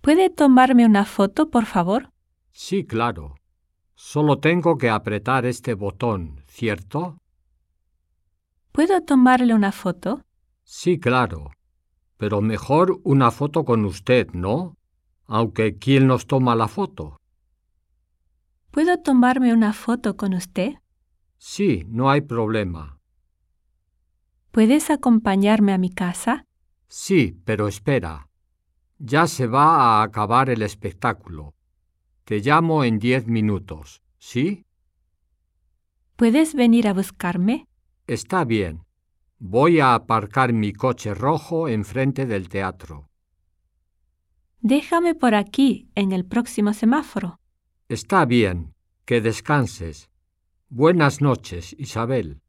¿Puede tomarme una foto, por favor? Sí, claro. Solo tengo que apretar este botón, ¿cierto? ¿Puedo tomarle una foto? Sí, claro. Pero mejor una foto con usted, ¿no? Aunque ¿quién nos toma la foto? ¿Puedo tomarme una foto con usted? Sí, no hay problema. ¿Puedes acompañarme a mi casa? Sí, pero espera. Ya se va a acabar el espectáculo. Te llamo en diez minutos, ¿sí? ¿Puedes venir a buscarme? Está bien. Voy a aparcar mi coche rojo enfrente del teatro. Déjame por aquí, en el próximo semáforo. Está bien. Que descanses. Buenas noches, Isabel.